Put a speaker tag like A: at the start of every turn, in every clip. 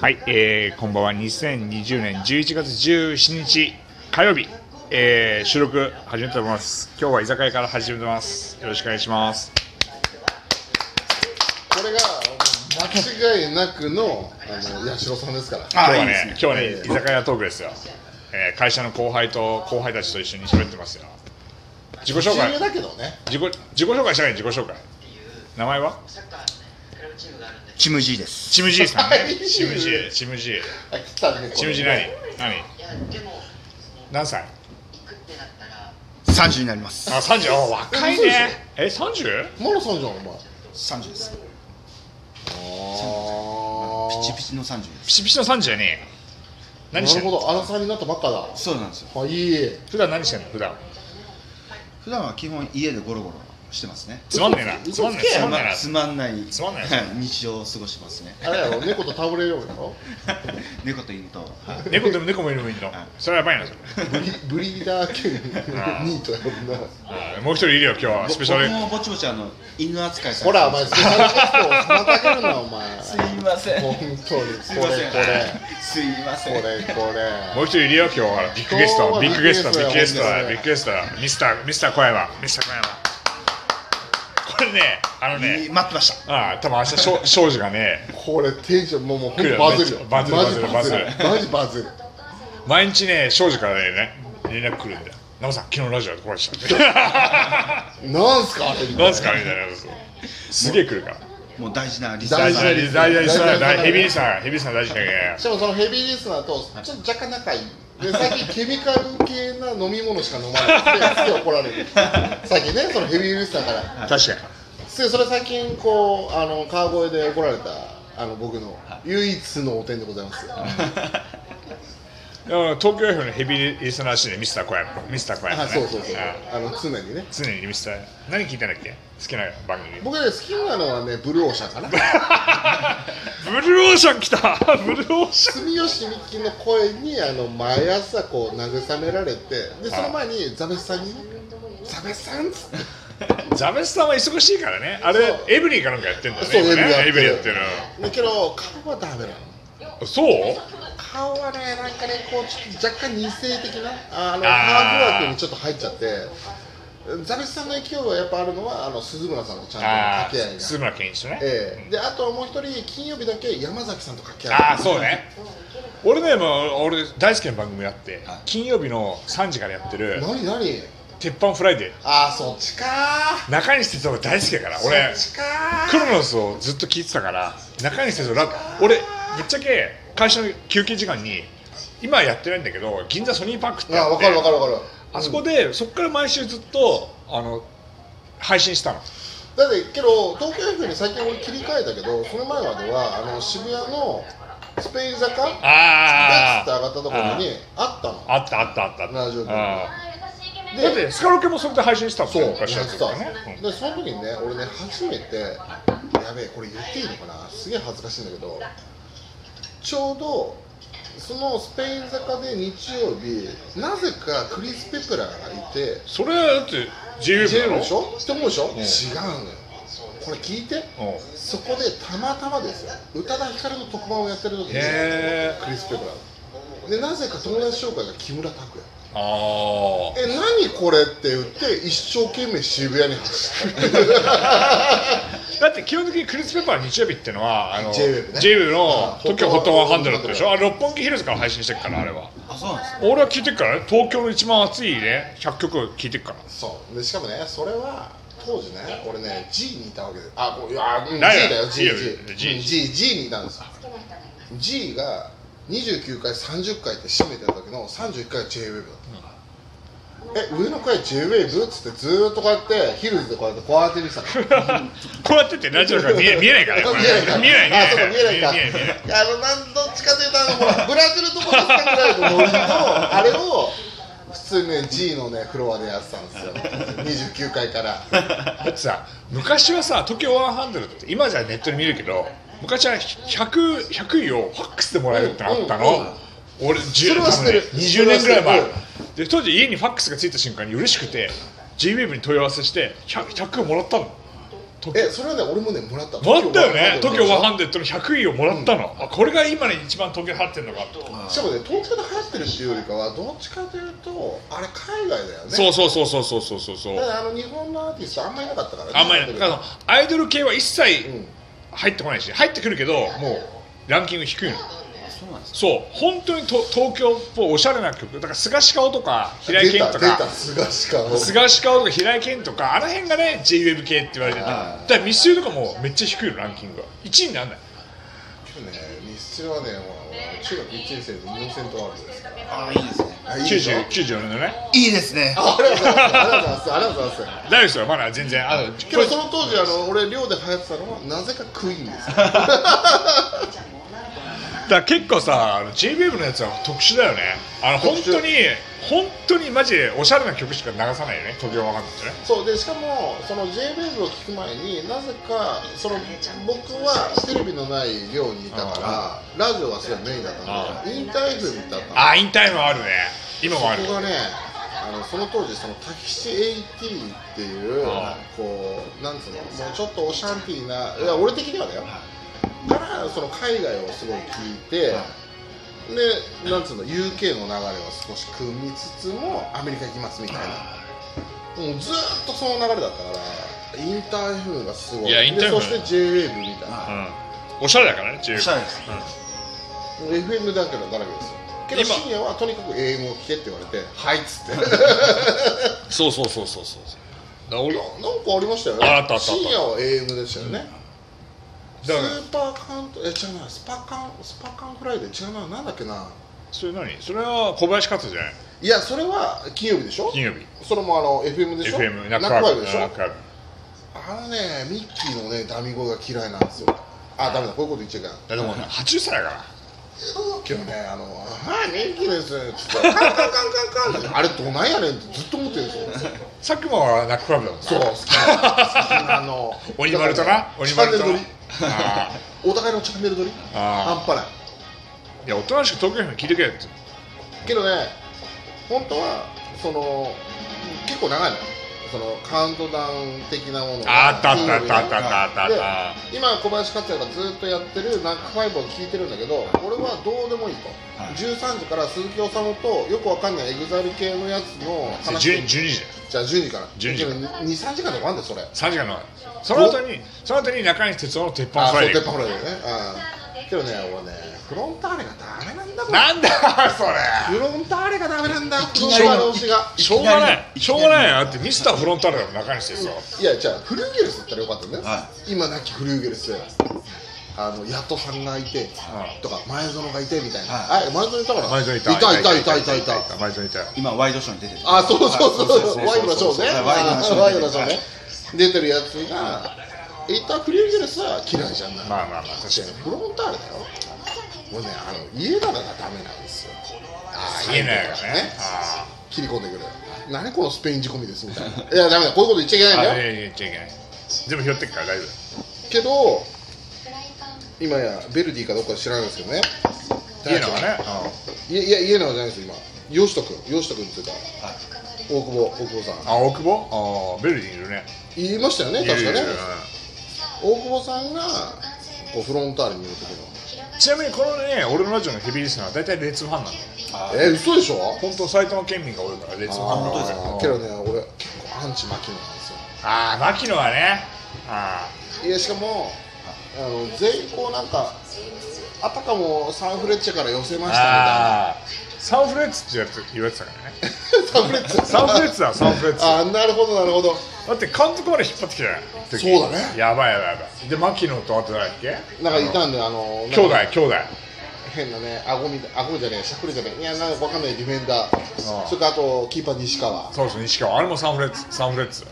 A: はい、えーこんばんは。2020年11月17日火曜日、えー収録始めております。今日は居酒屋から始めてます。よろしくお願いします。
B: これが間違いなくのあの八代さんですから
A: 今日はね、
C: いいですね
A: 今日はね、居酒屋トークですよ、えー会社の後輩と後輩たちと一緒に喋ってますよ。自己紹
B: 親友
A: 介、
B: だけどね
A: 自己自己紹介したない自己紹介。名前は？
D: サッカーのね、クラブチームがあるんで、
C: チム G です。
A: チム G さん
B: は
A: ね。
B: い
A: チム G、チム G、
B: あ来たね
A: チム G
B: これ
A: 何？何？
D: いや、でも、
A: 何歳？
D: 行くってなったら、
C: 三十になります。
A: あ、三十。あ、若いね。え、三十？
B: マラソンじゃんお前
C: 三十です。
B: あ
C: ピチ
B: チ
C: ピチの三十です。
A: ピシピシの三十やね。何し
B: な
A: てん
B: る
A: の
B: ほ？どアラサーになったばっかだは
C: そうなんですよ。
B: いい
A: 普段何してんの？普段。
C: 普段は基本家でゴロゴロしてますね。
A: つまんねえな。つまん
B: 嘘
A: ね
B: つ
A: え。つ
B: け
A: まんねえ
C: ま
A: な
C: あ。つまんない。
A: つまんない
C: はい日常を過ごしてますね。
B: あれやろ猫と戯れようやろ
C: 猫と犬と。はい
A: 猫でも猫もいるもいるの。それはやばいな。それ
B: ブリブリーダー兼ニートやろんな
A: あーもう一人いるよ今日は
C: ぼ
A: スペシャル
C: 僕。もぼちぼちあの犬扱いさ
B: ほ
C: れて
B: らお
C: ま
B: 前
C: す
B: スペシャルゲストを妨げるなお前
C: すいません。
B: 本当に
C: すい
B: こ
C: ま
B: れ
C: せん。
B: これ
C: すいま
B: こ
C: せん。
B: れこれ
A: もう一人いるよ、今日は。ビッグゲスト、ビッグゲスト、ビ
B: 今日
A: ッグ
B: は
A: ゲストだ、ビ
B: ビ
A: ッ
B: ッ
A: グ
B: グ
A: ゲストだ、ミスター、ミスター小山、ミスター小山。これね、あの
C: い
A: ね、
C: い待ってました。
A: ああ、多分明日しょ、庄司がね、
B: これテンションもうもうほんとバズるよ
A: バズる
B: マジバズる
A: バズ
B: マジバズる
A: 毎日ね、庄司からね、ね連絡来るんだよ。ナオさん、昨日のラジオでこうでしたね。
B: なんすかあれみたい
A: なんすかみたいなやつ。すげえ来るから。
C: もう大事なリサー
A: 大
B: 大
A: 事
B: 事
A: な
B: な
A: リ
B: リ
A: ス
B: ス
A: ナ
B: ナ
A: ー、
B: ー
A: 大事なリスナ
B: 大事なリスナー
A: ー、ヘビーリスナー、ヘビーリスナー大事だけ
B: しかもそのヘビーリスナーとちょっと若干仲いいで最近ケミカル系な飲み物しか飲ま ないですげえ怒られる最近ねそのヘビーリスナーから
A: ど。確かに。
B: すげえそれ最近こうあの川越で怒られたあの僕の唯一の汚点でございますよ
A: でも東京 F のヘビーリスナーらしいね、ミスター小山。ミスター小山、
B: あ
A: ね。
B: そうそうそう
A: ああ
B: あの常にね
A: 常にミスター。何聞いたんだっけ好きな番組。
B: 僕ね好きなのはねブルーオーシャンかな
A: ブルーオーシャン来た ブルーオーシャン
B: 住吉美紀の声にあの毎朝こう慰められてでその前にザベスさんに「ザベスさん」っつって
A: ザベスさんは忙しいからねあれ
B: そう
A: エブリンかなんかやってんだよね
B: そう
A: 今ねエ
B: エ
A: ブ
B: ブ
A: リン
B: リン
A: やっ
B: やってて
A: る
B: るだけど顔はダメなの
A: そう
B: 顔はねなんかねこうちょっと若干二性的な
A: あ
B: あの
A: ー
B: ハードワークにちょっと入っちゃってザベスさんの勢いはやっぱあるのはあの鈴村さんとちゃんとの
A: あ
B: 掛
A: あ
B: け合いが
A: 鈴村健一とね、
B: ええであとはもう一人金曜日だけ山崎さんと掛け合い
A: ああそうね俺ねもう俺大好きな番組があって、
C: はい
A: 金曜日の3時からやってる
B: 何何
A: 「鉄板フライデー
B: ああそっちか」
A: 中西哲夫が大好きだから
B: ー
A: 俺
B: そっちかー
A: クロノスをずっと聞いてたから中西哲夫ラブ俺ぶっちゃけ会社の休憩時間に今はやってないんだけど銀座ソニーパークって
B: あ
A: や
B: あ分
A: って
B: かる分かる分かる
A: あそこでそこから毎週ずっとあの配信したの
B: だってけど東京 F に最近俺切り替えたけどその前まではあの渋谷のスペイン坂ベッツって
A: あ
B: 上がったところにあったの
A: あったあったあったあった
B: ラジオ
A: うん
B: 局
A: だってスカロケもそれで配信したもん
B: そう、
A: ね
B: やっ
A: 昔
B: てた
A: やつとかね、うん
B: で、その時にね、俺ね、初めて、やべえ、これ言っていいのかな、すげえ恥ずかしいんだけど、ちょうど、そのスペイン坂で日曜日、なぜかクリス・ペプラーがいて、
A: それだって自由
B: ジェ
A: だ
B: ル
A: ろ
B: でしょって思うでしょ、
A: ん
B: 違うのよ。これ聞いて、
A: うん
B: そこでたまたまですよ、宇多田ヒカルの特番をやってる時に、
A: へー
B: クリス・ペプラーがで、なぜか友達紹介が木村拓哉。
A: あ
B: え何これって言って一生懸命渋谷に 走った
A: あだって基本的にクリス・ペッパーの日曜日ってのはあの
B: J-Wave ね
A: J-Wave の
B: あ
A: TOKIO HOT 100
B: 100
A: でしょあれ六本木ヒルズから配信してるからあれは
C: あ、そうなんですね。
A: 俺は聞いてるからね東京の一番熱いね100曲聞いてるから
B: そうでしかもねそれは当時ね俺ね G にいたわけであこういや、うん、G
A: ないよ
B: だよ G
A: いいよ G
B: G G G にいたんですよ G が29回30回って締めてた時の31回は JWAVE だった、え上の回 JWAVE? っつってずーっとこうやってヒルズでこうやってこうやって見てたの
A: こうやってってラジオから見え見えないからねこれ
B: 見えないか
A: 見えないね
B: あそうか見えないか
A: 見え見えない
B: あのなんどっちかというとあのほらブラジルとかスカぐらいのノリのあれを普通にね G のねフロアでやってたんですよ29回から
A: だってさ昔はさ TOKIO100 って今じゃネットで見るけど昔は 100, 100位をファックスでもらえるってのあったの、
B: うんうんうん
A: 俺10
B: それは知ってる
A: 多分ね20年ぐらい前
B: それは
A: で当時家にファックスがついた瞬間に嬉しくて JWAVE に問い合わせして 100, 100をもらったの時
B: えそれはね俺もねもらった
A: もらったよね
B: 東
A: 東
B: 京
A: 京
B: ワ
A: ワ
B: ン
A: ハ
B: ハ
A: ンデッドの100位をもらったの、あこれが今ね一番東京で流行ってんのかと、
B: しかもね東京で流行ってるっていうよりかはどっちかというとあれ海外だよね
A: そうそうそうそうそうそうそうそう
B: だからあの日本のアーティストあんまりいなかったからね
A: あんまりないあのアイドル系は一
B: う
A: 切
B: ん
A: 入ってこないし入ってくるけどもうランキング低いの
C: あそうなんですか
A: そう本当にと東京っぽいおしゃれな曲だから菅氏顔とか平井
B: 出
A: 堅
B: た
A: と
B: 出
A: か
B: た菅氏か
A: 菅氏顔とか平井堅とかあの辺がね JWEB 系って言われてた
C: あ
A: だ
C: あ
A: から密集とかもめっちゃ低いのランキングが1位になんない
B: ね日中はねもう中学1年生で四千とあるんですから
C: ああいいですね
B: あいいでしょ
A: 90 94年のね
C: いいですね
B: あありがとうございますありがとうございますありがとうございま
A: 大
B: す
A: 丈夫ですよまだ全然あの
B: けどその当時あの俺寮で流行ってたのはなぜかクイーン ですよ
A: だから結構さあの JWAVE のやつは特殊だよねあの本
B: 特
A: 当
B: 殊
A: に本当にマジでおしゃれな曲しか流さないよね東京わかんないってね
B: そうでしかもその JWAVE を聞く前になぜかその僕はテレビのない寮にいたからラジオはそれメインだったんでインター FM ってあったの
A: ああインタイムはあるね今もある
B: そこがねあのその当時そのタキシ80っていう
A: あ
B: こうなんつうのもうちょっとオシャンティーないや俺的にはだよからその海外をすごい聞いてでなんつうの UK の流れを少し組みつつもアメリカ行きますみたいなもうずーっとその流れだったからインターフムがすごい
A: いやインターフ
B: で
A: ム
B: そして JWAVE みたいな
C: は
A: うんおしゃれだからね
C: お
A: JWAVE
C: しゃれです
B: FM だけどだらけですよけど
A: 今
B: 深夜はとにかく英語を聞けって言われて「はい」っつって
A: そうそうそうそうそうだから
B: い
A: 俺
B: やなんかありましたよね
A: ああったあったあった
B: 深夜は AM でしたよね、
A: だから
B: スーパーカントえ違うなスパカンスパカンフライデー違うななんだっけな
A: それ何それは小林克人じゃない
B: いやそれは金曜日でしょ
A: 金曜日
B: それもあの FM でしょ
A: FM
B: ナ
A: ナッ
B: ック
A: ク
B: ワ
A: ワ
B: イ
A: イ
B: ブ
A: ブで
B: でし
A: し
B: ょ
A: ょ
B: あのねミッキーのねダミ声が嫌いなんですよあダメだこういうこと言っちゃいかん
A: だってもう80歳だから
B: 今日ねあの「はいミッキーです」つって「カンカンカンカンカン」ってあれどないやねんってずっと思ってるんですよ
A: 佐久間はナックワイブだもん
B: そう好きなあの
A: 鬼丸とな鬼
B: チャン
A: 丸
B: ネ
A: と
B: ル取
A: な
B: り
A: あ
B: お互いのチャンネル取り半
A: あ
B: 端ない
A: ーいやおとなしく東京 FM 聞いてくれって
B: けどね本当はその結構長いのよそのカウントダウン的なものが
A: あったあったあったあったあったあっ
B: で
A: た
B: 今小林克也がずっとやってるナックファイブを聞いてるんだけど俺はどうでもいいと、
C: はい
B: 13時から鈴木おさむとよくわかんないエグザイル系のやつの話
A: 12 12時だよ
B: じゃあ10時から
A: 12時から
B: 23時間とかあんだよそれ
A: 3時間のその後にその後に中西哲夫の鉄板
B: あ
A: フ
B: そう
A: ライデ
B: テッパ
A: ー
B: フライデーねうんけどね俺ねフロンターレがダメなんだもん
A: なんだよそれ
B: フロンターレがダメなんだフ
C: き
B: ロン
C: な
B: タ
C: りの
B: ーレ推しが
A: しょうがないい
C: き
A: し
C: な
A: ょ
C: り
A: うがないよだってミスターフロンターレの中西哲夫
B: いやじゃあフルーゲルスだったらよかったね、
C: は
B: 今なきフルーゲルスあのヤトさんがいて、
A: はい
B: とか前園がいてみたいな、
C: は
B: あ前園いたから
A: 前園いた
B: いたいたいたいたいた
A: 前園いた
C: 今ワイドショーに出てる
B: あそうそう
C: はい
B: そうそうワイドのショーね
C: はいワイドのショー
B: ワイドのショーね出てるやつがいたフルーゲルスは嫌いじゃんない、
A: まあまあまあ確かに
B: フロンターレだよもうねあの家柄がダメなんですよ
A: ああ言えないよねあ
B: 切り込んでくる何このスペイン仕込みですみたいないやダメだこういうこと言っちゃいけ
A: ああい
B: ないんだよ
A: やいや言っちゃいけない全部拾ってっから大丈夫
B: けど今やベルディかどっか知らないですけどね
A: 家のはね
B: いやいや家のはじゃないですよ今吉田君吉田君っていうか大久保大久保さん
A: あ大久保ああベルディいるね
B: 言いましたよね
A: いる
B: 確
A: い
B: か
A: る
B: ね
A: いる
B: 大久保さんがこうフロンターレにいる時
A: うんちなみにこのね俺のラジオのヘビーリスナーは大体レッツファンなんだよ
C: あ
B: のえ嘘でしょ
A: 本当埼玉県民が多いからレッツファンが多いから
B: あーけどね俺結構アンチ牧野なんですよ
A: ああ牧野はねあ
B: いやしかもあの全員こうなんかあたかもサンフレッチェから寄せま
A: あ
B: した
A: ああサンフレッツってやつ言われてたからね
B: みたいなサンフレッチェ
A: サンフレッツだサンフレッツ
B: あーなるほどなるほど
A: だって監督まで引っ張ってきたよ
B: そうだね
A: やばいやばいやばいで牧野とあと誰だっけ
B: なんかいたんであの
A: 兄弟兄弟
B: 変なね、顎みたい、顎じゃねえ、しゃくれじゃねえ、いや、なんかわかんないディフェンダ
A: あ
B: ー、
A: あ
B: それからあと、キーパー西川、
A: そうそう西川あれもサンフレッツサンフレッツだ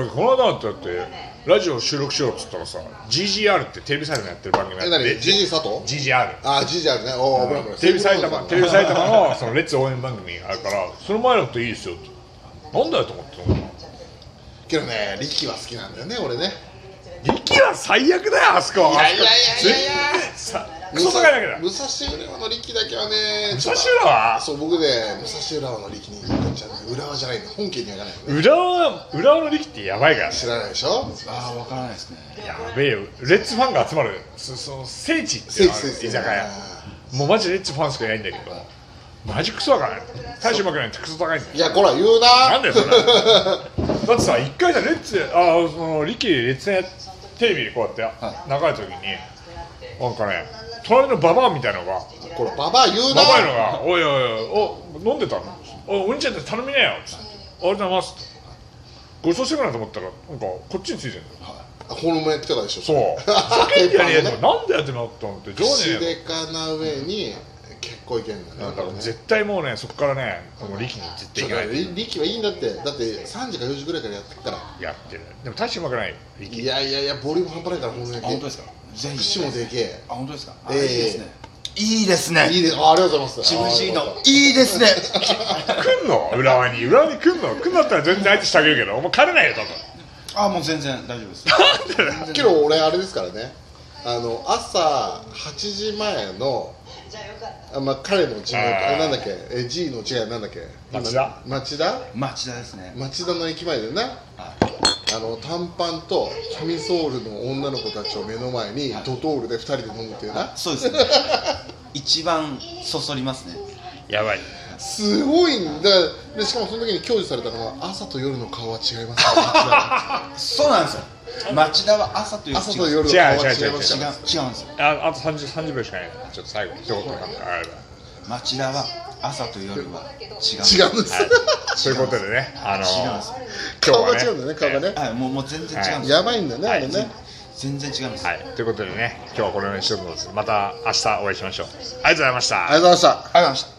A: ってこの間だってだってラジオ収録しようっつったらさ GGR ってテレビサイトのやってる番組があ
B: え、
A: っ
B: なに、
A: て
B: ジジイ佐藤
A: GGR
B: ああ、ジジあるね、おお、危ない危ない。
A: テレビ埼 玉テレビ埼
B: 玉。
A: 玉のそのレッツ応援番組があるからその前のこといいですよってなんだよと思ってたの
B: けどね、力は好きなんだよね、俺ね。
A: 力は最悪だよあそこい
B: やいやいやいや
A: クソ高いだけだ
B: 武蔵武蔵浦和の力だけはね、
A: 武
B: ち
A: 蔵
B: ょっと
A: 浦は
B: そう、僕ね、武蔵浦和の力に行っちゃうんだよ浦和じゃないんだ本家には行かないよね
A: 浦和浦和の力ってやばいからね
B: 知らないでしょ
C: ああ分からないですね
A: やべえよレッツファンが集まるそその聖地ってい
B: 聖
A: う
B: 地
A: のある
B: 聖地
A: 居酒屋もうマジレッツファンしかいないんだけどマジクソだからね大将負けないってクソ高いんだよ
B: いやこら言うな
A: なんだよそれだってさ一回さレッツああその力レッツやテレビでこうやって
C: は
A: 流れた時になんかね隣のババアみたいなのが
B: こらババア言うな
A: ババアのが「おいおいおいお飲んでたのおいお兄ちゃんって頼みなよ」つって「ありがとうございます」ってごちそうしてくれなと思ったらなんかこっちについてるの
B: ホルモンやってたでしょ
A: そうふざけんじゃねえとなんでやってなったのって上
B: 口
A: 手
B: で
A: ね
B: かな上に結構いけんだね
A: なんかもう絶対もうねそこからねこの力に絶対いけない
B: リリキはいいんだってだって3時か4時ぐらいからやってっから
A: やってるでも大してうまくない力
B: いやいやいやボリューム半端ないからホルモン
C: あ本当
B: 焼
C: ですかぜ
B: き
C: ひ
B: 串もでけえ
C: あ本当ですかあ
B: え
C: い
B: え
C: いですねいいですね
B: いいですあありがとうございます
C: ジムシー
B: あーよ
C: の
B: かっ
C: いいですね
A: 来んの浦和に浦和に来んの来んだったら全然相手してあげるけどお前帰れないよ多分
C: あもう全然大丈夫 です
B: たけど俺あれですからねあの朝8時前のあまあ、彼の自分
A: あー
B: なんだっけえ G の違いなんだっけ
A: 町田
B: 今町田
C: 町田ですね
B: 町田の駅前でなあの短パンとキャミソールの女の子たちを目の前にドトールで2人で飲むっていうな
C: そうですね一番そそりますね
A: やばい
B: すごいんだでしかもその時に享受されたのは朝と夜の顔は違い ますから
C: そうなんですよ町田は朝という
B: 朝と
C: 違う違う違う違う
B: 夜の顔は違いますから
C: 違うんですよ
A: ああと 30, 30秒しかないなちょっと最後一言なんかあれば
C: 町田は朝と夜は違
B: 違う
C: う
B: んです、
A: そういうことでねあの
C: 違うんですよ
A: 今日は
B: 顔が
A: ね
B: 違うんだね顔がね、
C: はいもうもう全然違うんですよ
B: やばいんだね、あれね
C: 全然違うんですよ
A: はいということでね今日はこれにしとくのですまた明日お会いしましょうありがとうございました
B: ありがとうございました
C: ありがとうございました